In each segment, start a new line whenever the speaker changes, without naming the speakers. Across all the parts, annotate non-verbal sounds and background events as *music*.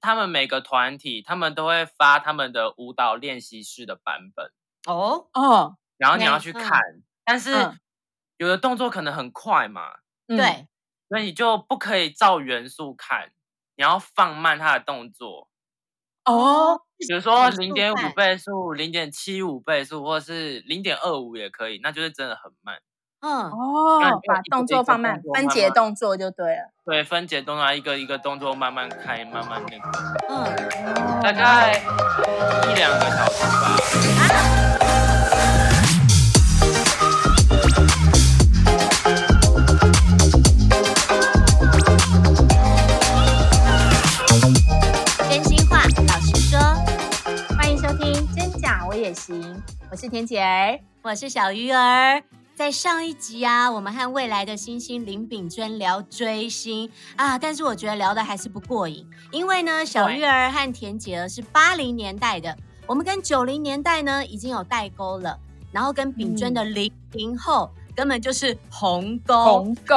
他们每个团体，他们都会发他们的舞蹈练习室的版本，
哦，
哦，
然后你
没
要去
错
看，但是
嗯
有的动作可能很快嘛，
嗯
对，
所以你就不可以照元素看，你要放慢它的动作，
哦，
比如说
元素
零点
看
五倍速、零点七五倍速，或是零点二五也可以，那就是真的很慢。
嗯，
那你
哦
就，
把
一个
动
一
作
个
放
动
慢
作，
分
慢
解
慢
动作就对了。
对，分解动作，一个一个动作慢慢开，慢慢那个，
嗯，
大概一两个小时吧。
真心话，老实说，
欢迎收听《真假我也行》，我是田姐儿。
我是小鱼儿。在上一集啊，我们和未来的星星林炳娟聊追星啊，但是我觉得聊的还是不过瘾，因为呢，小
对
鱼儿和田姐儿是八零年代的，我们跟九零年代呢已经有代沟了，然后跟炳
嗯
娟的零零后根本就是鸿沟，
鸿沟，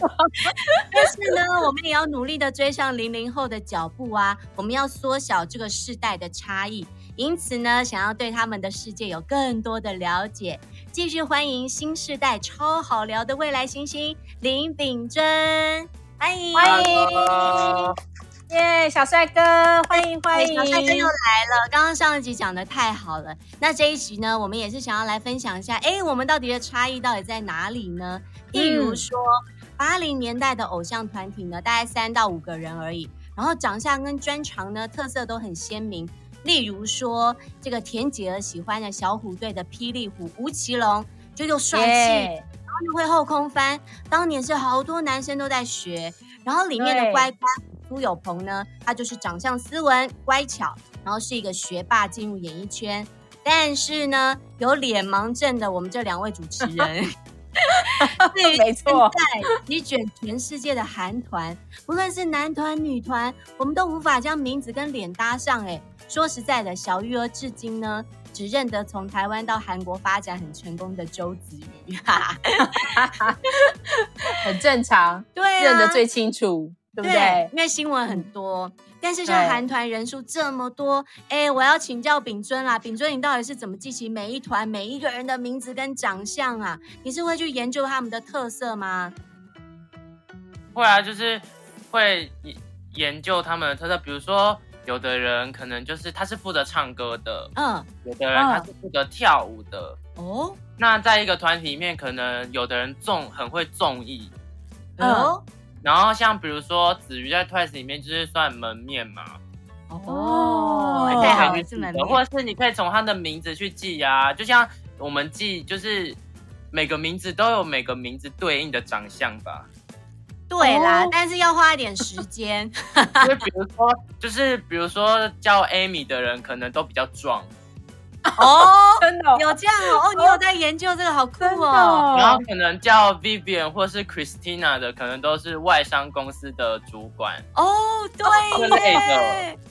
但是呢，我们也要努力的追上零零后的脚步啊！我们要缩小这个世代的差异，因此呢，想要对他们的世界有更多的了解，继续欢迎新世代超好聊的未来星星林秉真，欢迎
欢迎
Hello，
耶！小帅哥，欢迎欢迎！
小帅哥又来了，刚刚上一集讲的太好了，那这一集呢，我们也是想要来分享一下，哎，我们到底的差异到底在哪里呢？
嗯
例如说，八零、年代的偶像团体呢，大概三到五个人而已，然后长相跟专长呢特色都很鲜明。例如说，这个田姐儿喜欢的小虎队的霹雳虎吴奇隆，就又帅气，
耶
然后又会后空翻，当年是好多男生都在学。然后里面的
对
乖乖苏有朋呢，他就是长相斯文乖巧，然后是一个学霸进入演艺圈。但是呢，有脸盲症的我们这两位主持
*laughs*
人，对于
没
现
错，
在席卷全世界的韩团，不论是男团、女团，我们都无法将名字跟脸搭上、哎，说实在的，小鱼儿至今呢，只认得从台湾到韩国发展很成功的周子瑜， *laughs* 哈哈，
很正常，
对、啊，
认得最清楚，对不对？嗯
因为新闻很多，但是像
对
韩团人数这么多，哎，我要请教秉尊啦，秉尊你到底是怎么记起每一团每一个人的名字跟长相啊？你是会去研究他们的特色吗？
后来就是会研研究他们的特色，比如说有的人可能就是他是负责唱歌的，
嗯，
有的人他是负责跳舞的。
哦，
那在一个团体里面，可能有的人重很会综艺，
嗯
哦，
然后像比如说子瑜在 Twice 里面就是算门面嘛，
哦
你
太
可以
好
去
了，
记
是门
得
面
或者是你可以从他的名字去记啊，就像我们记就是每个名字都有每个名字对应的长相吧，
对啦
哦，
但是要花一点时
*laughs*
间，
就是比如说就是比如说叫 Amy 的人可能都比较壮，
哦，
真的哦，
有这样哦，哦，你有在研究这个，好酷
真的
哦，
哦，
然后可能叫 Vivian 或是 Christina 的可能都是外商公司的主管，
哦，对
之类
耶
的。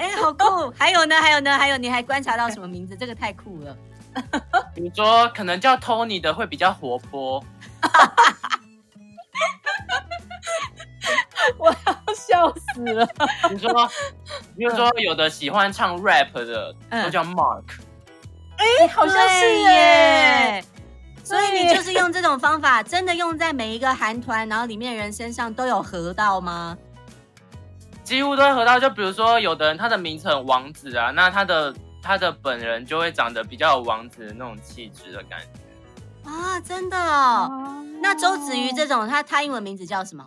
哎，好酷！还有呢，还有呢，还有，你还观察到什么名字？这个太酷了。
比如说可能叫 Tony 的会比较活泼，
我 *laughs* 要笑死了。
比如说比如说有的喜欢唱 rap 的
嗯
都叫 Mark。
哎，好像是
对
耶，。
所以你
对
就是用这种方法，真的用在每一个韩团，然后里面人身上都有合到吗？
几乎都会合到，就比如说有的人他的名称王子啊，那他的他的本人就会长得比较有王子的那种气质的感觉。
啊，真的哦。那周子瑜这种，他他英文名字叫什么？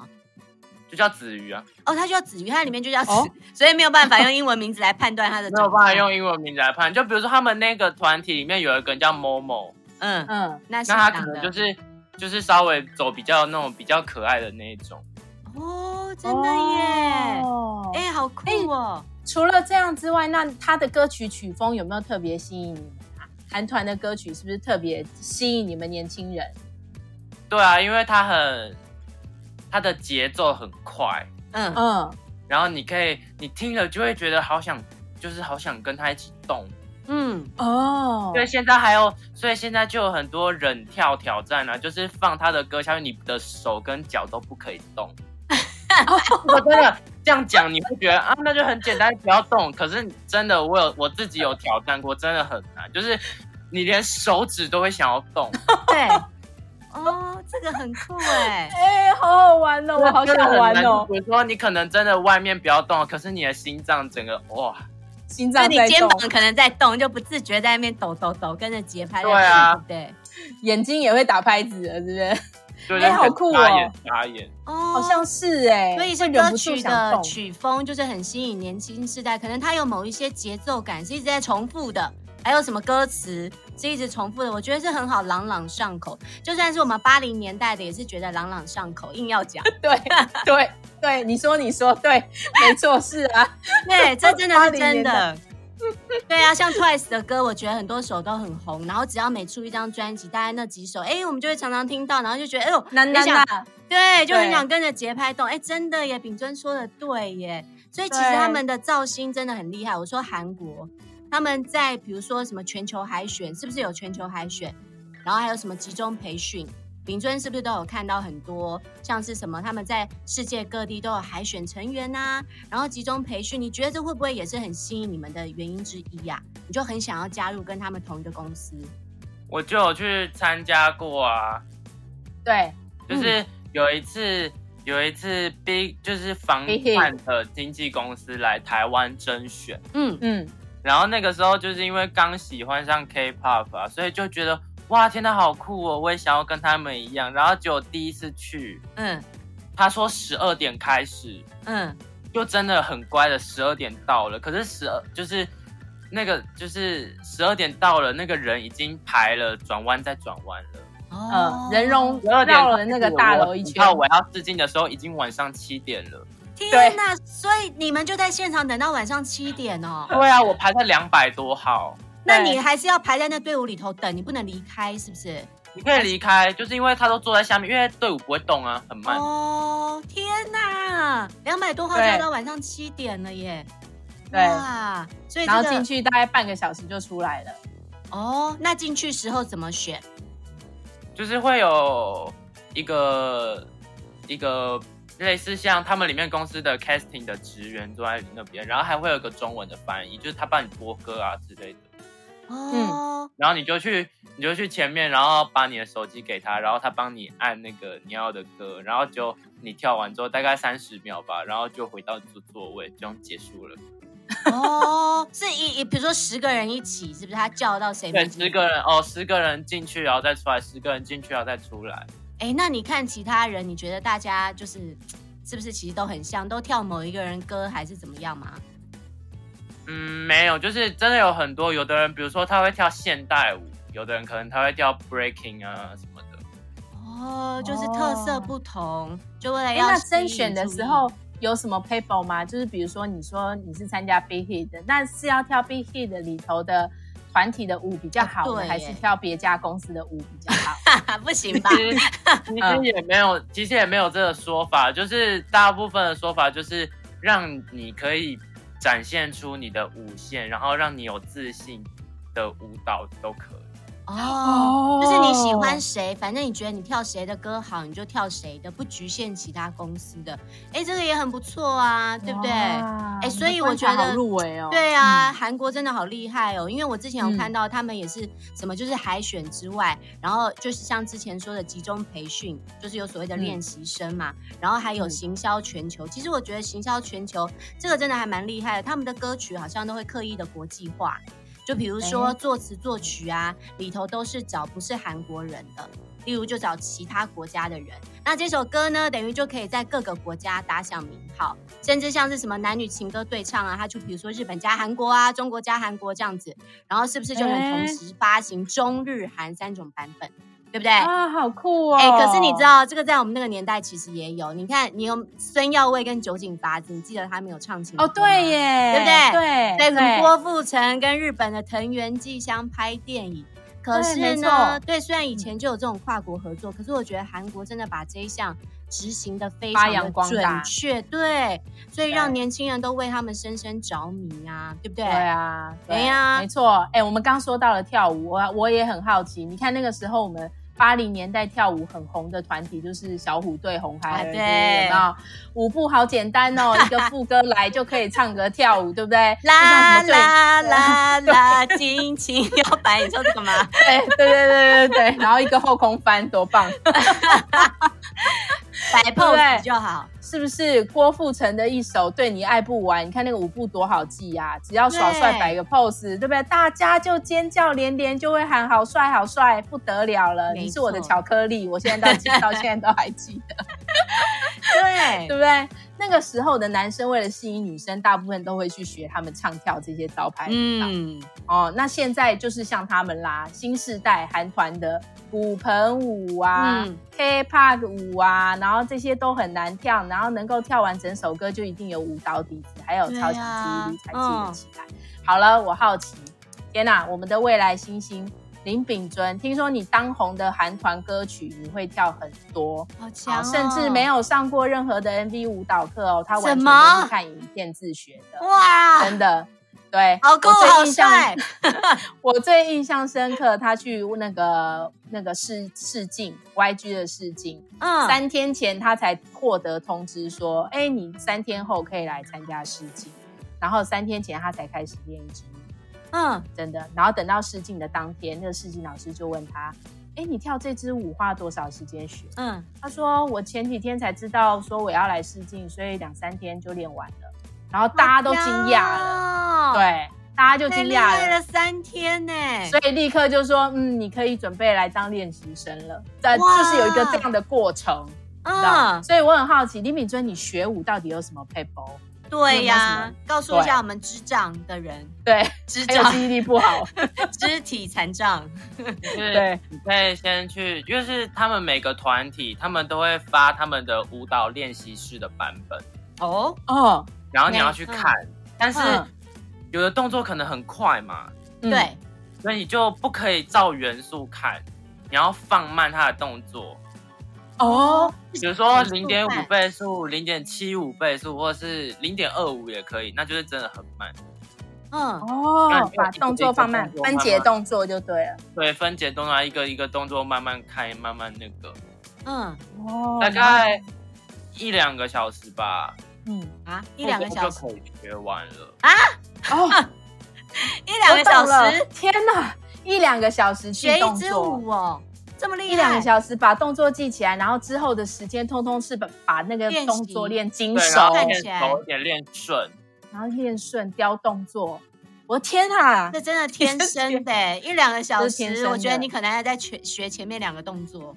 就叫子瑜啊，
哦，他就叫子瑜，他里面就叫子，
哦
所以没有办法用英文名字来判断他的。
*laughs* 没有办法。用英文名字来判。就比如说他们那个团体里面有一个人叫 Momo，
嗯，
嗯，
那是
那他
长
可能
得
就是就是稍微走比较那种比较可爱的那一种。
哦，真的耶。
哦
哎、好酷哦！
除了这样之外，那他的歌曲曲风有没有特别吸引你们啊？韩团的歌曲是不是特别吸引你们年轻人？
对啊，因为他很他的节奏很快，
嗯，
哎
嗯，
然后你可以你听了就会觉得好想就是好想跟他一起动。
嗯，
哦
所以现在还有，所以现在就有很多忍跳挑战啊，就是
*laughs*
放他的歌下面，你的手跟脚都不可以动。我真的，这样讲，你会觉得啊，那就很简单，不要动。可是真的，我有我自己有挑战过，真的很难，就是你连手指都会想要动，
对，哦，这个很酷哎、
哎、好好玩哦， *laughs* 我好想
真的很
玩
难
哦，
比如说你可能真的外面不要动，可是你的心脏整个哇，
心
就
脏
你
在
肩
动，
膀可能在动，就不自觉在那边抖抖抖，跟着节拍在
对啊
动对，
眼睛也会打拍子了，是不是？
就是
哎好酷哦
眨眼眨眼。
哦，
好像是哎、
所以是
会忍
歌
不住
曲
想
的
动。
曲风就是很吸引年轻世代，可能它有某一些节奏感是一直在重复的，还有什么歌词是一直重复的，我觉得是很好朗朗上口。就算是我们八零年代的，也是觉得朗朗上口，硬要讲。
对对对，你说你说对，没错是
*laughs*
啊，
对，这真的是
80
真
年
的
代。
对啊，像 Twice 的歌，我觉得很多首都很红，然后只要每出一张专辑，大概那几首，哎，我们就会常常听到，然后就觉得，哎呦，
难
很想
难啊，
对，就很
对
想跟着节拍动。哎，真的耶，秉尊说的对耶。所以其实
对
他们的造星真的很厉害。我说韩国，他们在比如说什么全球海选，是不是有全球海选？然后还有什么集中培训？秉尊是不是都有看到很多像是什么他们在世界各地都有海选成员呐、然后集中培训？你觉得这会不会也是很吸引你们的原因之一呀、你就很想要加入跟他们同一个公司？
我就有去参加过啊，
对，嗯
就是有一次、有一次 Big 就是房
嘿嘿
产的经纪公司来台湾甄选，
嗯，
嗯，
然后那个时候就是因为刚喜欢上 K-pop 啊，所以就觉得哇天呐好酷哦，我也想要跟他们一样。然后结果第一次去，
嗯
他说十二点开始，
嗯，
就真的很乖的十二点到了，可是十二就是。那个就是十二点到了，那个人已经排了转弯再转弯了。
哦
呃，人
容。
容
十二点
绕了那个大楼一圈
到，我要试镜的时候已经晚上七点了。
天呐！所以你们就在现场等到晚上七点
*laughs*
哦。
对啊，我排在两百多号，
那你还是要排在那队伍里头等，你不能离开，是不是？
你可以离开，就是因为他都坐在下面，因为队伍不会动啊，很慢。
哦，天呐！两百多号就
对
要到晚上七点了耶。
对
哇，所以
然后
这
进
个
去大概半个小时就出来了。
哦，那进去时候怎么选？
就是会有一个一个类似像他们里面公司的 casting 的职员坐在那边，然后还会有个中文的翻译，就是他帮你播歌啊之类的。
哦，
然后你就去，你就去前面，然后把你的手机给他，然后他帮你按那个你要的歌，然后就你跳完之后大概三十秒吧，然后就回到座座位，这样结束了。
哦，是一一，比如说十个人一起，是不是？他叫到谁？
对，十个人哦，十个人进去然后再出来，十个人进去然后再出来。
哎，那你看其他人，你觉得大家就是是不是其实都很像，都跳某一个人歌还是怎么样吗？
嗯，没有，就是真的有很多，有的人比如说他会跳现代舞，有的人可能他会跳 breaking 啊什么的。
哦，就是特色
哦
不同，就为了
哎，
要
那
吸
甄
引
选的
注
时
意
候有什么 paper 吗？就是比如说你说你是参加 Big Hit 的，那是要跳 Big Hit 的里头的团体的舞比较好
哦
呢，
对耶
还是跳别家公司的舞比较好？
不行吧
*laughs*
其？实其实也没有，其实也没有这个说法，就是大部分的说法就是让你可以展现出你的舞线，然后让你有自信的舞蹈都可以。
哦，就是你喜欢
哦
谁，反正你觉得你跳谁的歌好，你就跳谁的，不局限其他公司的。哎，这个也很不错啊， *laughs* 对不对？
哇
哎所以
你的观
我觉得
察好入围哦。
对啊，韩国真的好厉害哦！因为我之前有
嗯
看到他们也是什么，就是海选之外，然后就是像之前说的集中培训，就是有所谓的
嗯
练习生嘛，然后还有
嗯
行销全球。其实我觉得行销全球这个真的还蛮厉害的，他们的歌曲好像都会刻意的国际化。就比如说
哎
作词作曲啊，里头都是找不是韩国人的，例如就找其他国家的人。那这首歌呢，等于就可以在各个国家打响名号，甚至像是什么男女情歌对唱啊，它就比如说日本加韩国啊，中国加韩国这样子，然后是不是就能同
哎
时发行中日韩三种版本，对不对？
嗯啊，好酷哦！
哎、可是你知道这个在我们那个年代其实也有，你看你有孙耀威跟酒井法子，你记得他们有唱情歌
哦，对
吗
耶，
对不对
对，
对，什么
哎对
郭富城跟日本的藤原纪香拍电影。可
对
是
没
呢，
错嗯
对，虽然以前就有这种跨国合作，可是我觉得韩国真的把这一项执行的非
发
常
扬
的
光
准
大
确，对，所以让
对
年轻人都为他们深深着迷啊，对不对？
对哎啊，
对呀
没错。哎、我们刚说到了跳舞，我我也很好奇，你看那个时候我们八零年代跳舞很红的团体，就是小虎队、红孩儿，
啊对
对吧？舞步好简
*laughs*
单哦，一个副歌来就可以唱歌跳舞，对不对？
啦
就像什么最
啦啦
*laughs*
啦，尽情摇摆，你说这个吗？
对对对对对对，然后一个后空翻，多棒！
摆
不对
pose 就好。
是不是郭富城的一首《对你爱不完》？你看那个舞步多好记呀、只要耍帅
对
摆个 pose，对不对？大家就尖叫连连，就会喊好帅好帅，不得了了！
没
你是我的
错
巧克力，我现在到记
*laughs*
到现在都还记得，对
对，
不对？那个时候的男生为了吸引女生，大部分都会去学他们唱跳这些招牌舞蹈。
嗯，
哦，那现在就是像他们啦，新世代韩团的骨盆舞啊、
嗯
K-pop 舞啊，然后这些都很难跳，然后能够跳完整首歌就一定有舞蹈底子，还有
对
超强
啊
记忆力才记得起来。好了，我好奇，天哪，我们的未来新星林秉尊，听说你当红的韩团歌曲你会跳很多，
好强
好
哦，
甚至没有上过任何的 MV 舞蹈课哦，他完
什
全
么
都是看影片自学的，
哇，
真的。对，
好酷，
我最
好
印象
帅，
*laughs* 我最印象深刻，他去那个那个试试镜 YG 的试镜，
嗯，
三天前他才获得通知说，哎，你三天后可以来参加试镜，然后三天前他才开始练一支舞，
嗯，
真的。然后等到试镜的当天，那个试镜老师就问他，哎，你跳这支舞花多少时间学？
嗯，
他说我前几天才知道说我要来试镜，所以两三天就练完了，然后大家都惊讶
了，
了，对，大家就
太
惊
厉
讶
害
了。
了三天呢，
所以立刻就说，嗯，你可以准备来当练习生了。这
哇
就是有一个这样的过程，你知道吗
嗯，
所以我很好奇，李敏尊，你学舞到底有什么 p a p e
对
有没有
呀
什么，哎
告诉一下我们智障的人，
对，
智
还有
障，
记忆力不好，
肢体残障，
就是
对，
你可以先去，就是他们每个团体，他们都会发他们的舞蹈练习室的版本，
哦，
哦，
然后你要
嗯
去看，但是
嗯
有的动作可能很快嘛，
嗯，
对，
所以你就不可以照元素看，你要放慢他的动作，
哦，
比如说零点
元素
五
慢
倍速、零点七五倍速，或是零点二五也可以，那就是真的很慢。
嗯，
那你
哦
就，
把动作放慢
一个一个动，作慢
分
慢
解动作就对了，
对，分解动作，一个一个动作慢慢开，慢慢那个，
嗯，
哦，
大概一两个小时吧，
嗯，
啊，一两个
我
小
就
时，
可以学完了。
哦，
一两个小
我懂
时
了，天哪，一两个小时
学
去
一
动
支
作。
舞哦，这么厉害，
一两个小时把动作记起来，然后之后的时间通通是把把那个
练习
动作练精
对，然
熟
后，
看
练
起来
熟一点，练顺。
然后练顺雕动作。我的天啊！
*laughs* 这真的天生的欸，一两个小
这是天生
时，
的
我觉得你可能还在学学前面两个动作。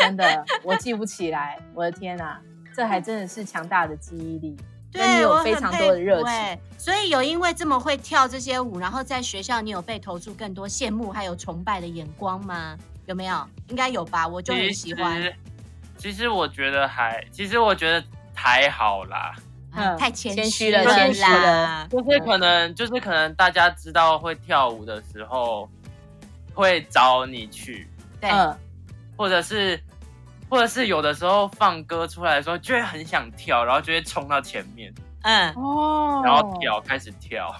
真的，我记不起来。我的天啊！这还真的是强大的记忆力，跟你
对，
有
我
非
很
常
佩
多的热
服
情
欸。所以有因为这么会跳这些舞，然后在学校你有被投注更多羡慕还有崇拜的眼光吗？有没有？应该有吧，我就很喜欢。。
其实我觉得还，其实我觉得还好啦，
啊
嗯
太谦
谦虚
虚
了
谦
虚
啦
了。
就是可能，就是可能大家知道会跳舞的时候，会找你去，
对，
嗯，
或者是，或者是有的时候放歌出来的时候，就会很想跳，然后就会冲到前面，
嗯，
哦，
然后跳，开始跳。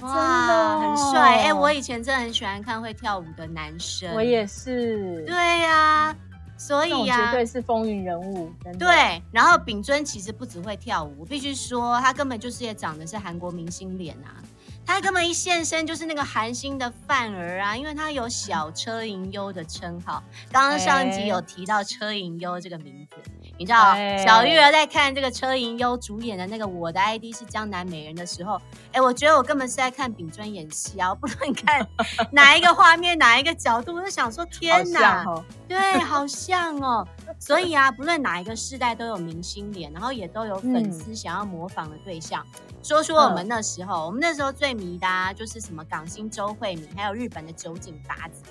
哇，
真
很
的哦
帅。哎，我以前真的很喜欢看会跳舞的男生。
我。也是，
对呀，所
这
以
种
呀
绝，对是风云人物，真的。，
对，然后秉尊其实不只会跳舞，我必须说他根本就是也长得是韩国明星脸啊。他根本一现身就是那个韩星的范儿啊，因为他有小车银优的称号。刚刚上一集
哎
有提到车银优这个名字，你知道、
哎
小玉儿在看这个车银优主演的那个《我的 ID 是江南美人》的时候，哎，我觉得我根本是在看秉尊演戏啊！我不论看 *laughs* 哪一个画面、哪一个角度，我就想说
好
天哪
像，哦，
对，好像哦。所以啊，不论哪一个世代都有明星脸，然后也都有
嗯
粉丝想要模仿的对象。说说我们那时候，我们那时候最迷的、啊、就是什么港星周慧敏，还有日本的酒井法子。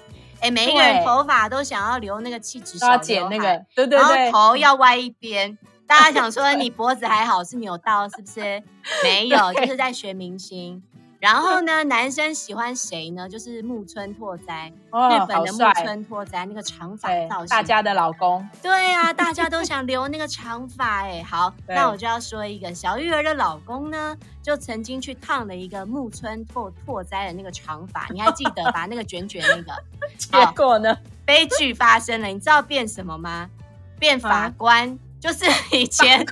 哎，每一个人
对
头发都想要留那个气质
都
小
要
刘
剪那
海
个，对对
然后
对，嗯
头要歪一边。大家
*laughs*
想说你脖子还好是扭到是不是？没有，
对
就是在学明星。然后呢，男生喜欢谁呢？就是木村拓哉，
哦，
日
好
本的
帅
木，村拓哉那个长发
对
造型，，
大家的老公，
对啊，大家都想留那个长发哎、好，
*laughs* 对
那我就要说一个小玉儿的老公呢，就曾经去烫了一个木
*laughs*
村拓拓哉的那个长发，你还记得吧？那个卷卷那个。哦
结果呢？
悲剧发生了，你知道变什么吗？
嗯
变法官，就是以前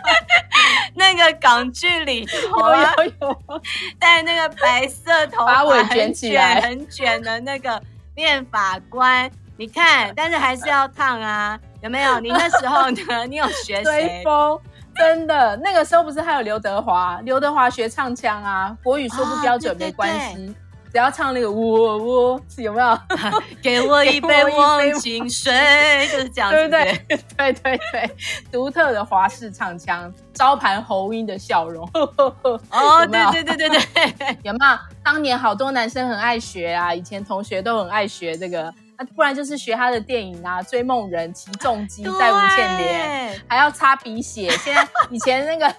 *laughs* 那个港剧里头啊
*laughs* 有有有，
戴那个白色头
把
发
尾
很
卷起来
很卷的那个变法官，你
*laughs*
看，但是还是要烫啊，有没有？你那时候
*laughs*
呢？你有学
追
谁？
风，真的，那个时候不是还有刘德华？刘德华学唱腔啊，国语说不标准、
啊对对
没关系，只要唱那个喔喔，是有没有？
给我一杯
给我一杯
忘情水，就是这样子，
对不对？对对对，独特的华式唱腔，招牌喉音的笑容， *laughs* 呵呵呵
哦，
有没有
对对对对
*laughs*
对，
有没有？当年好多男生很爱学啊，以前同学都很爱学这个，那、不然就是学他的电影啊，《追梦人》《起重机》《再无倩莲》。
对
还要擦鼻血。
*laughs*
现在以前那个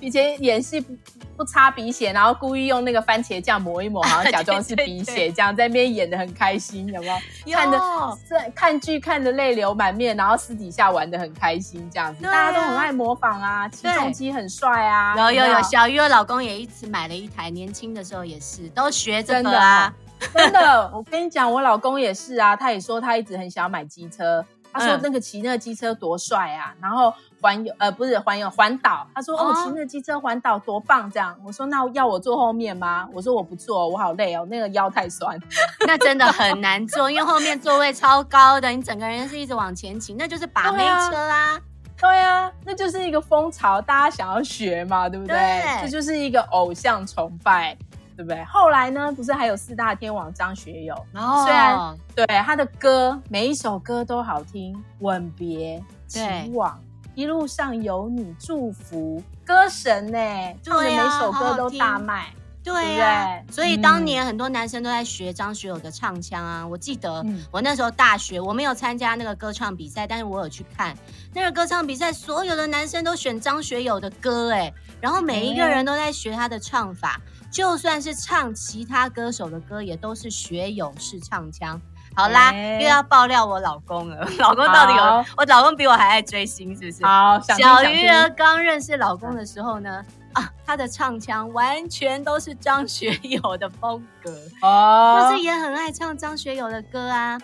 以前演戏不不擦鼻血，然后故意用那个番茄酱抹一抹，好像假装是鼻
啊对对哦
血，这样在那边演的很开心，有没有？看的
哟
这看剧看的泪流满面，然后私底下玩的很开心，这样子、
对啊
大家都很爱模仿啊，起重机很帅啊，
有有
没
有，小鱼儿老公也一直买了一台，年轻的时候也是都学这
真
个
的
啊
啊，真的，我跟你讲，我老公也是啊，他也说他一直很想要买机车。他说
嗯
那个骑那个机车多帅啊，然后环游呃不是环游环岛，他说哦
哦
骑那个机车环岛多棒这样。我说那要我坐后面吗？我说我不坐，我好累哦，那个腰太酸。
*laughs* 那真的很难坐，因为后面座位超高的，你整个人是一直往前倾，那就是把妹
对啊
车啊。
对啊，那就是一个风潮，大家想要学嘛，对不对？
对
这就是一个偶像崇拜，对不对？后来呢，不是还有四大天王张学友，
然后
虽然对他的歌，每一首歌都好听，吻别、
对
情网、一路上有你、祝福、歌神呢、唱的
对啊
每首歌都大卖。
对呀、
对不对
所以当
嗯
年很多男生都在学张学友的唱腔啊。我记得
嗯
我那时候大学，我没有参加那个歌唱比赛，但是我有去看那个歌唱比赛，所有的男生都选张学友的歌，哎，然后每一个
哎
人都在学他的唱法，就算是唱其他歌手的歌，也都是学友式唱腔。好啦，
哎
又要爆料我老公了。 *laughs* 老公到底有
好？
我老公比我还爱追星，是不是？
好，想听
小
想
鱼
听
儿刚认识老公的时候呢，啊，他的唱腔完全都是张学友的风格，
*laughs* 哦，
就是也很爱唱张学友的歌啊，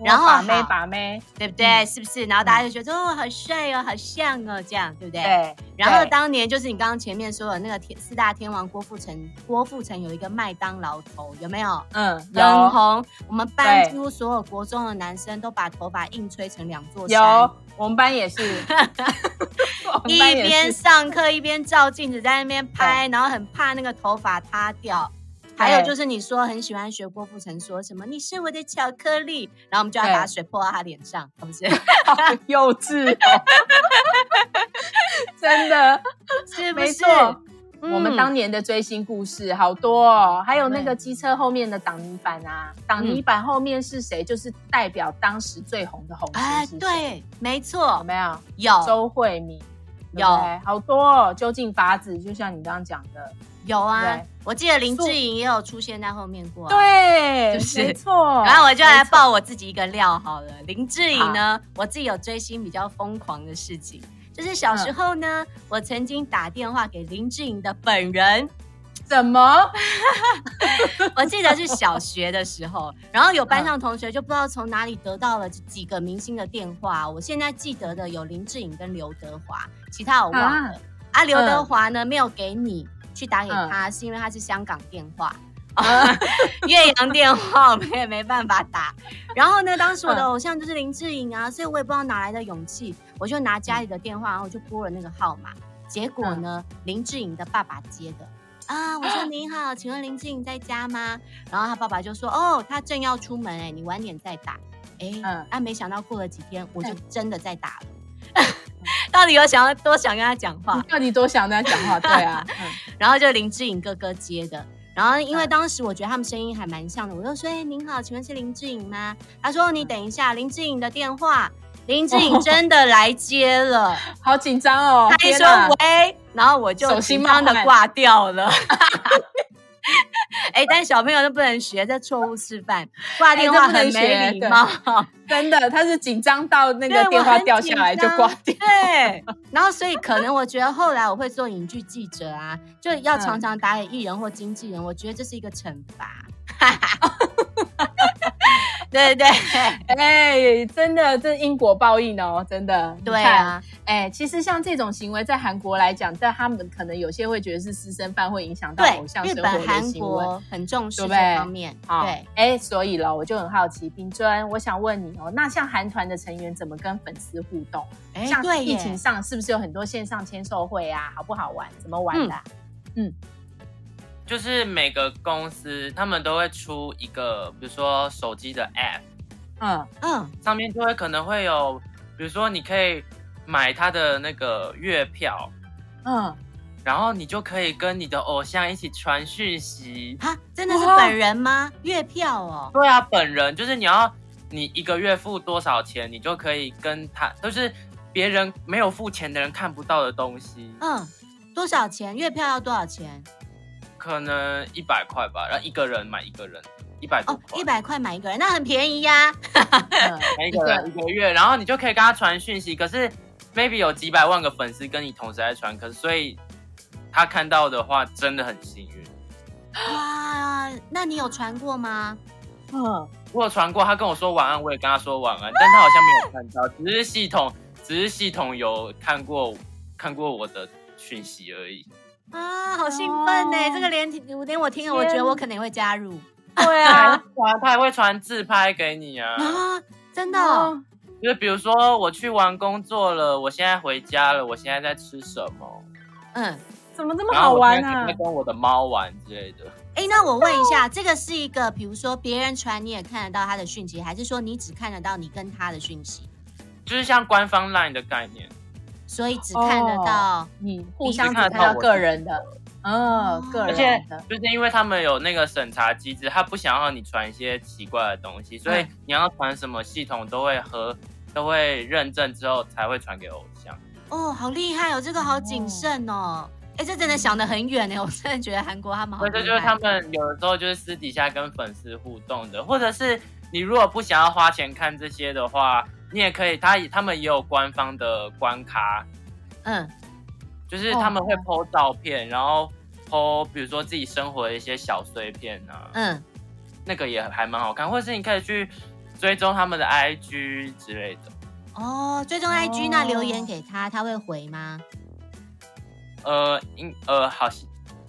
哇
然后
把妹
好
把妹，
对不对？
嗯
是不是？然后大家就觉得、哦，好帅哦，好像哦，这样对不对？
对，
然后
对
当年就是你刚刚前面说的那个天四大天王郭富城，郭富城有一个麦当劳头，有没有？
嗯，
很
有
红，我们班
对
几乎所有国中的男生都把头发硬吹成两座山。
有，我们班也是，
*laughs*
我们班
一
也
边
是哦
上课一边照镜子，在那边拍，然后很怕那个头发塌掉。还有
对
就是你说很喜欢学郭富城说什么“你是我的巧克力”，然后我们就要
对
把水泼到他脸上，是不
*laughs*
是？
好幼稚哦， *laughs* 真的。
是不
没
是
错？，
嗯
我们当年的追星故事好多哦，还有那
对嗯
个机车后面的挡泥板啊，挡泥板后面是谁？就是代表当时最红的红
哎
星是谁，
对，没
有
错，
没有？
有
周慧敏
有
对不对好多哦，究竟法子，就像你刚刚讲的，
有啊
对，
我记得林
素
志颖也有出现在后面过啊。
对，
是不是
没错。
然后我就来
没错，
爆我自己一个料好了。林志颖呢，我自己有追星比较疯狂的事情，就是小时候
嗯
呢，我曾经打电话给林志颖的本人， *laughs*
怎么？
我记得是小学的时候，然后有班上同学就不知道从哪里得到了几个明星的电话。我现在记得的有林志颖跟刘德华，其他我忘了。啊，刘、
嗯
德华呢、没有给你去打给他，是因为他是香港电话。
呃
岳阳电话我们也没办法打，然后呢，当时我的偶像就是林志颖啊，所以我也不知道哪来的勇气，我就拿家里的电话，然后我就拨了那个号码，结果呢，林志颖的爸爸接的，啊，我说您好，请问林志颖在家吗？然后他爸爸就说，哦，他正要出门、哎，你晚点再打。哎、
嗯
啊，没想到过了几天，我就真的在打了。 *laughs* 到底有想要多想跟他讲话
*laughs* 你？到底多想跟他讲话？对啊，嗯
然后就林志颖哥哥接的。然后因为
嗯
当时我觉得他们声音还蛮像的，我就说：“哎，您好，请问是林志颖吗？”他说：“你等一下，林志颖的电
*laughs*
话。”林志颖真的来接了，
好紧张哦。
他一
天
说
哪
“喂”，然后我就
手心
紧张的
冒汗
挂掉了。 *laughs* 哎，但小朋友都不能学这错误示范，挂
哎
电
这
话
不能
很没
学
礼
对
貌。
真的，他是紧张到那
对
个
我
电话
很
掉下来
紧
就
张
挂掉。
对， *laughs* 然后所以可能我觉得后来我会做影剧记者啊，就要常
嗯
常打
*laughs*
给艺人或经纪人，我觉得这是一个惩罚。对 *laughs* 对
哎，真的，这因果报应哦，真的。你
对
看，
啊，
哎、其实像这种行为，在韩国来讲，但他们可能有些会觉得是私生饭会影响到偶像
对，日
生活
本、
的
韩
行为。
国很重视
对
这
不对
方面，
好
对，
哎，所以咯，我就很好奇，秉尊，我想问你哦，那像韩团的成员怎么跟粉丝互动？
哎
像
对
疫
耶
情上是不是有很多线上签售会啊？好不好玩？怎么玩的啊、
就是每个公司他们都会出一个，比如说手机的 app，
嗯，
嗯，
上面就会可能会有，比如说你可以买他的那个月票，
嗯，
然后你就可以跟你的偶像一起传讯息。
哈，真的是
哇哦
本人吗？月票哦，
对啊，本人就是你要你一个月付多少钱，你就可以跟他，都是别人没有付钱的人看不到的东西，
嗯，多少钱？月票要多少钱？
可能一百块吧，然后一个人买一个人一百多
哦，
块，
一百块买一个人，那很便宜
*laughs*
呀、
*laughs*
嗯
买一个人一个月，然后你就可以跟他传讯息。可是 maybe 有几百万个粉丝跟你同时在传，可是所以他看到的话真的很幸运。
哇，那你有传过吗？
嗯，
我有传过，他跟我说晚安，我也跟他说晚安，但他好像没有看到，只是系统，只是系统有看过看过我的讯息而已。
啊，好兴奋呢、
哦
这个连连我听了，我觉得我可能也会加入
对
他
啊，
传，他也会传自拍给你啊，
啊， *laughs* 真的哦、
嗯
就是比如说我去完工作了，我现在回家了，我现在在吃什么，
嗯，
怎么这么
然后
好
我
玩
现在
啊
在？跟我的猫玩之类的。
哎，那我问一下，这个是一个，比如说别人传你也看得到他的讯息，还是说你只看得到你跟他的讯息，
就是像官方 LINE 的概念，
所以只看得到？
你互相只看
看
到
到我
个人的，
哦
嗯，个
而且
人的，
就是因为他们有那个审查机制，他不想让你传一些奇怪的东西，所以
嗯
你要传什么系统都会和都会认证之后才会传给偶像。
哦，好厉害哦，这个好谨慎哦。哎，这真的想得很远呢，我 *laughs* 真的觉得韩国他们
哦
好
所以
厉害。
这就是他们有的时候就是私底下跟粉丝互动的，或者是你如果不想要花钱看这些的话，你也可以，他他们也有官方的关卡，
嗯
就是他们会
哦
PO 照片，然后 PO 比如说自己生活的一些小碎片啊，
嗯，
那个也还蛮好看，或者是你可以去追踪他们的 IG 之类的。
哦，追踪 IG
哦
那留言给他，他会回吗？
呃，应呃，好像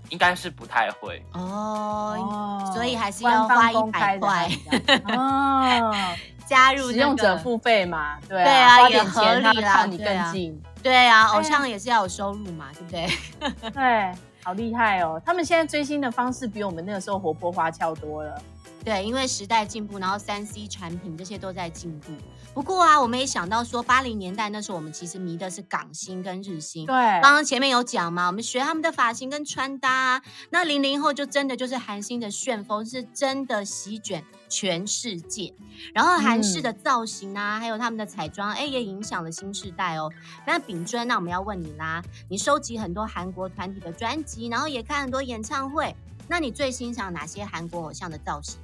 应该是不太会。
哦，
哦
所以还是要花100块 *laughs*
哦，
加入
使
那
用者
个
付费嘛，对
对啊
花
也
点
合
钱他
理啦
靠你
对
更
啊 *laughs*
近，
对啊，偶
呀
像也是要有收入嘛，对不对？
对，好厉害哦！他们现在追星的方式比我们那个时候活泼花俏多了。
对，因为时代进步，然后三 C 产品这些都在进步。不过啊，我们也想到说，八零年代那时候我们其实迷的是港星跟日星。
对，
刚刚前面有讲嘛，我们学他们的发型跟穿搭、啊。那零零后就真的就是韩星的旋风，是真的席卷全世界。然后韩式的造型啊，还有他们的彩妆，哎，也影响了新时代哦。那秉尊，那我们要问你啦，你收集很多韩国团体的专辑，然后也看很多演唱会，那你最欣赏哪些韩国偶像的造型？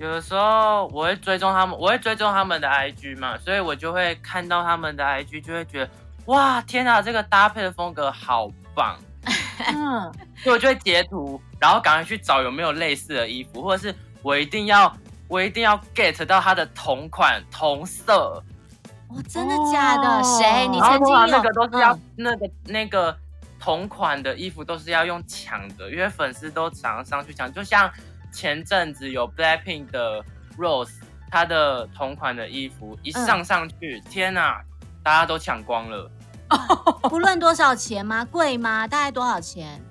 有的时候我会追踪他们，我会追踪他们的 IG 嘛，所以我就会看到他们的 IG，就会觉得哇，天啊，这个搭配的风格好棒，
嗯，
所以我就会截图，然后赶快去找有没有类似的衣服，或者是我一定要我一定要 get 到它的同款同色，
哦，真的假的？谁？你
然后
曾
通
经
常
有
那个都是
*laughs*
要、
嗯
那个那个同款的衣服都是要用抢的，因为粉丝都常常上去抢。就像前阵子有 Blackpink 的 Rose，她的同款的衣服一
嗯
上上去，天呐，大家都抢光了，
不论多少钱吗？贵吗？大概多少钱？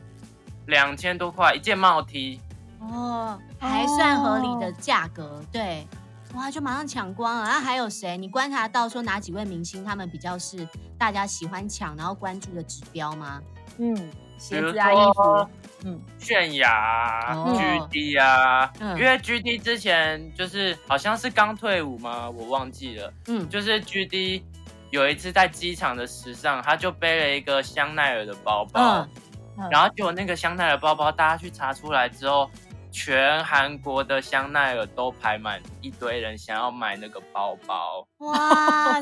两千多块一件帽 T。
哦，还算合理的价格，对。哇，就马上抢光了。啊那还有谁？你观察到说哪几位明星他们比较是大家喜欢抢然后关注的指标吗？
嗯，鞋子
比
啊，
如
衣
说
服，嗯，
泫雅、啊
哦
GD 啊，
嗯
因为 GD 之前就是好像是刚退伍吗？我忘记了。
嗯，
就是 GD 有一次在机场的时尚，他就背了一个香奈儿的包包，
嗯
嗯
然后结果那个香奈儿包包，大家去查出来之后，全韩国的香奈儿都排满一堆人想要买那个包包，
哇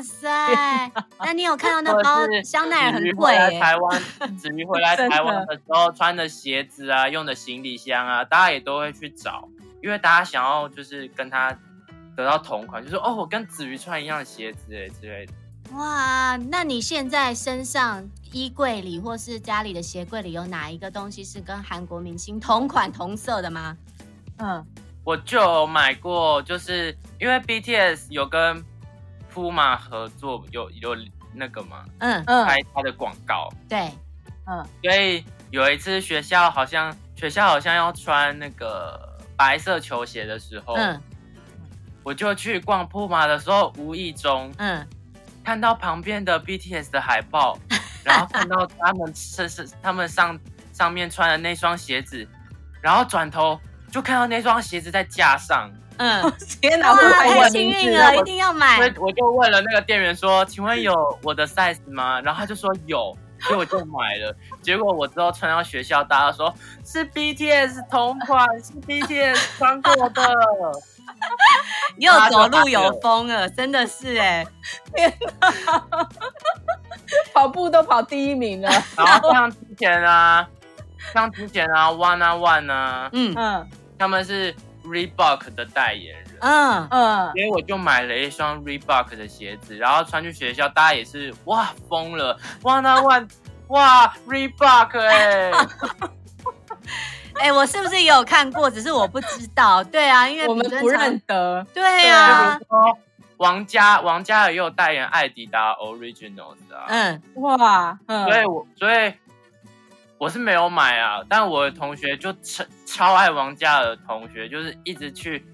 *laughs*
塞！那你有看到那包
或者啊是
香奈儿
子瑜回
很贵、
来
耶
台
*laughs*
湾，子瑜回来台湾的时候穿的鞋子啊，用的行李箱啊，大家也都会去找，因为大家想要就是跟他得到同款，就说哦，我跟子瑜穿一样的鞋子哎之类的。
哇，那你现在身上衣柜里或是家里的鞋柜里有哪一个东西是跟韩国明星同款同色的吗？
嗯，
我就有买过，就是因为 BTS 有跟 Puma 合作，有有那个嘛
嗯，
嗯
拍他的广告，
对，
嗯，
所以有一次学校好像学校好像要穿那个白色球鞋的时
哦
候，
嗯
我就去逛 Puma 的时候，无意中
嗯，
看到旁边的 BTS 的海报，然后看到他们身身他们上上面穿的那双鞋子，然后转头就看到那双鞋子在架上，
嗯，
哦天哪，
哇，
我还
太
问
幸
名
运
字啊
了，
我
一定要买
所。以我就问了那个店员说：“请问有我的 size 吗？”然后他就说有，所以我就买了。结果我之后穿到学校，大家说是 BTS 同款，是 BTS 穿过的。
又走路有风了，真的是哎、
跑步都跑第一名了。
然后像之前啊，像之前啊，One 啊 One 啊，
嗯
嗯
他们是 Reebok 的代言人。
嗯，
嗯，
所以我就买了一双 Reebok 的鞋子，然后穿去学校，大家也是哇疯了，哇那万哇 Reebok 哎、
哎、我是不是也有看过？只是我不知道。对啊，因为
我们
比较
不
常
认。得。
对啊，
说王嘉王嘉尔也有代言艾迪达 Originals 的啊，
嗯
哇，
所以
嗯，
我所以我是没有买啊，但我的同学就超超爱王嘉尔的同学，就是一直去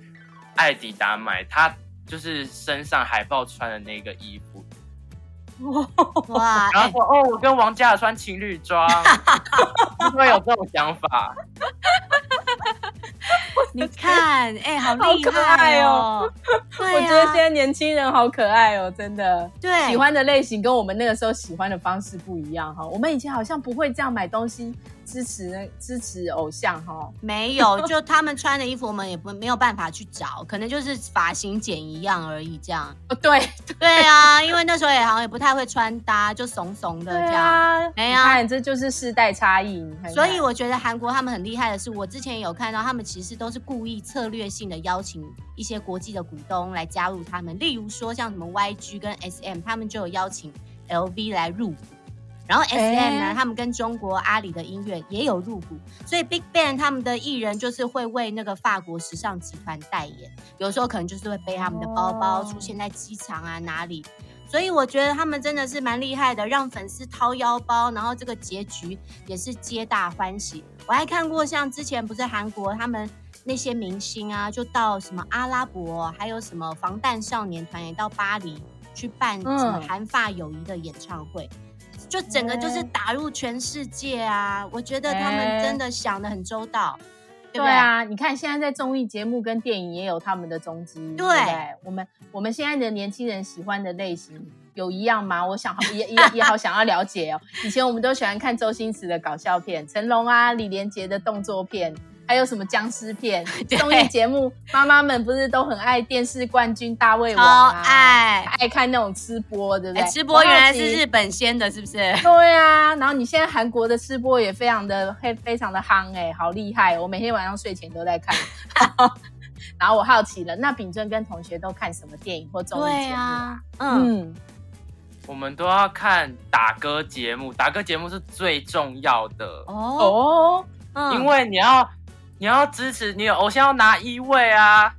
艾迪达买他就是身上海报穿的那个衣服，
哇，
然
*laughs*
哎
后说、哦，我跟王嘉尔穿情侣
*laughs*
装，会不会有这种想法？
哦
你看，哎、好
好
厉
可
害
爱
哦
哦！
对
我觉得现
啊，
在年轻人好可爱哦，真的。
对，
喜欢的类型跟我们那个时候喜欢的方式不一样哈，我们以前好像不会这样买东西支持支持偶像哈，
没有， *laughs* 就他们穿的衣服，我们也不没有办法去找，可能就是发型剪一样而已，这样。
哦对
对啊，因为那时候也好像也不太会穿搭，就怂怂的
对
这样。
啊，
哎
你
呀
看这就是世代差异，你看看
所以我觉得韩国他们很厉害的是，我之前有看到他们其实都是故意策略性的邀请一些国际的股东来加入他们，例如说像什么 YG 跟 SM，他们就有邀请 LV 来入股。然后 S M 呢，
哎
他们跟中国阿里的音乐也有入股，所以 Big Bang 他们的艺人就是会为那个法国时尚集团代言，有时候可能就是会背他们的包包
哦
出现在机场啊哪里，所以我觉得他们真的是蛮厉害的，让粉丝掏腰包，然后这个结局也是皆大欢喜。我还看过像之前不是韩国他们那些明星啊，就到什么阿拉伯，还有什么防弹少年团也到巴黎去办什
嗯
么韩法友谊的演唱会。就整个就是
哎
打入全世界啊！我觉得他们
哎
真的想的很周到，对
对
不对？
啊，你看现在在综艺节目跟电影也有他们的踪迹，对不对我们我们现在的年轻人喜欢的类型有一样吗？我想好也也也好想要了解哦。以前我们都喜欢看周星驰的搞笑片，成龙啊、李连杰的动作片，还有什么僵
*laughs*
尸片
对
综艺节目，妈妈们不是都很爱电视冠军大胃王
超
啊？
爱！
爱看那种吃播，对不对？
哎，吃播原来
我好
是
奇
日本先的，是不是？
*laughs* 对啊，然后你现在韩国的吃播也非常的非非常的夯哎、好厉害！我每天晚上睡前都在看。 *laughs* 然后我好奇了，那秉正跟同学都看什么电影或综艺节目？，
*laughs* 嗯，
嗯，
我们都要看打歌节目，打歌节目是最重要的，
哦，
哦
嗯
因为你要你要支持你的偶像要拿一位啊，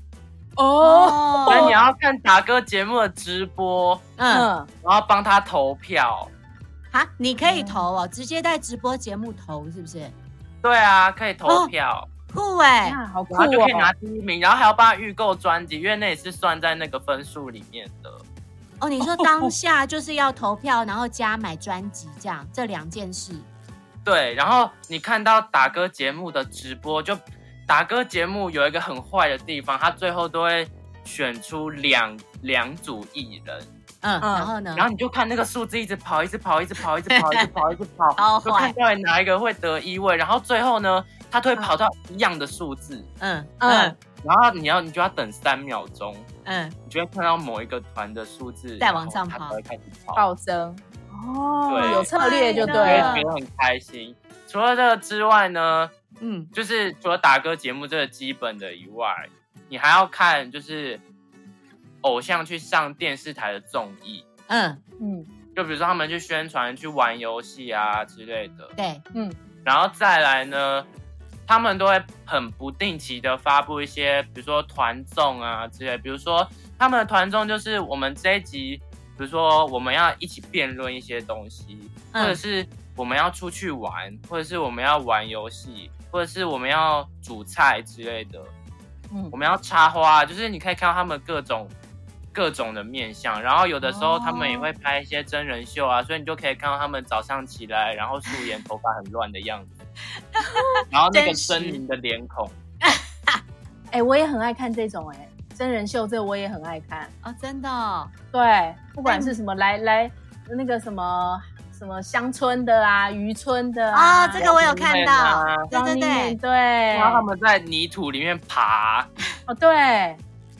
哦，
哦
所以你要看打歌节目的直播，
嗯
嗯，
然后帮他投票。
啊，你可以投哦，直接在直播节目投，是不是？对
对，啊，可以投票，
酷哎、
那好酷
然后就可以拿
哦！
第一名，然后还要帮他预购专辑，因为那也是算在那个分数里面的。
哦，你说当下就是要投票，然后加买专辑这样，这两件事。
对，然后你看到打歌节目的直播，就打歌节目有一个很坏的地方，他最后都会选出两两组艺人，
嗯，
嗯
然后呢？
然后你就看那个数字一直跑，一直跑，一直跑，一直跑，一直跑，一直
*laughs* 好
跑，就看
坏
到底哪一个会得一位，然后最后呢，他都会跑到一样的数字，
嗯嗯
嗯
然后你要你就要等三秒钟，
嗯，
你就会看到某一个团的数字
再往上
然后他才会开始跑，
暴增哦，
对
有策略就对
所以
对
了
觉。得很开心。除了这个之外呢，
嗯，
就是除了打歌节目这个基本的以外，你还要看就是偶像去上电视台的综艺，
嗯，
嗯
就比如说他们去宣传、去玩游戏啊之类的。
对，
然后再来呢，他们都会很不定期的发布一些，比如说团综啊之类，比如说他们的团综就是我们这一集，比如说我们要一起辩论一些东西，或者
嗯
是我们要出去玩，或者是我们要玩游戏，或者是我们要煮菜之类的，
嗯
我，们要插花，啊就是你可以看到他们各种。各种的面相，然后有的时候他
哦
们也会拍一些真人秀啊，所以你就可以看到他们早上起来，然后素颜、头发很乱的样
*laughs*
子，然后那个
真实
狰狞的脸孔，
哎、我也很爱看这种哎、真人秀，这我也很爱看。
哦，真的哦，
对，不管是什么来来那个什么什么乡村的啊，渔村的啊，
啊，这个我有看到，
啊
对对对
对，对，
然后他们在泥土里面爬，
哦对，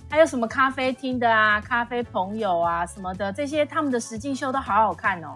还有什么咖啡厅的啊，咖啡朋友啊什么的，这些他们的实境秀都好好看哦。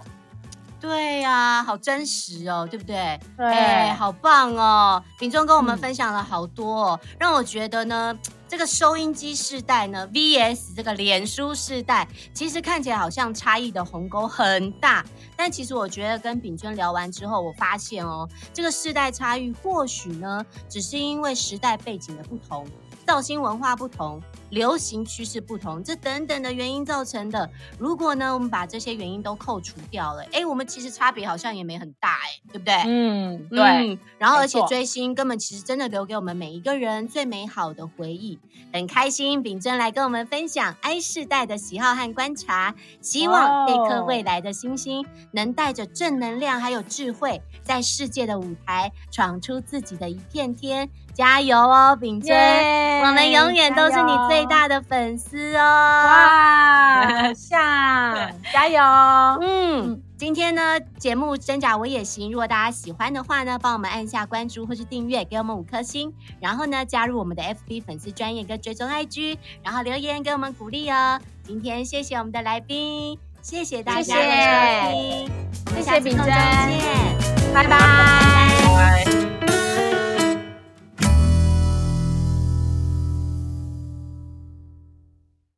对呀，好真实哦，对不对？
对，
哎，好棒哦！秉忠跟我们
嗯
分享了好多、哦，让我觉得呢，这个收音机世代呢，VS 这个脸书世代，其实看起来好像差异的鸿沟很大，但其实我觉得跟秉忠聊完之后，我发现哦，这个世代差异或许呢，只是因为时代背景的不同、造星文化不同。流行趋势不同，这等等的原因造成的。如果呢，我们把这些原因都扣除掉了，哎，我们其实差别好像也没很大，哎，对不对？
嗯，对，
嗯，然后
没
而且
错
追星根本其实真的留给我们每一个人最美好的回忆，很开心秉真来跟我们分享 I 世代的喜好和观察，希望这颗
哇哦
未来的星星能带着正能量还有智慧，在世界的舞台闯出自己的一片天，加油哦，秉真！
耶
我们永远都是你最。
加油
大的粉丝哦！
哇，像加油！
嗯
嗯，
今天呢节目真假我也行，如果大家喜欢的话呢，帮我们按下关注或是订阅，给我们五颗星，然后呢加入我们的 FB 粉丝专业跟追踪 IG，然后留言给我们鼓励哦。今天谢谢我们的来宾，谢谢大家的收听，
谢谢
我们下次
谢谢秉
空中
真
见，
拜
拜
拜。
拜。
拜。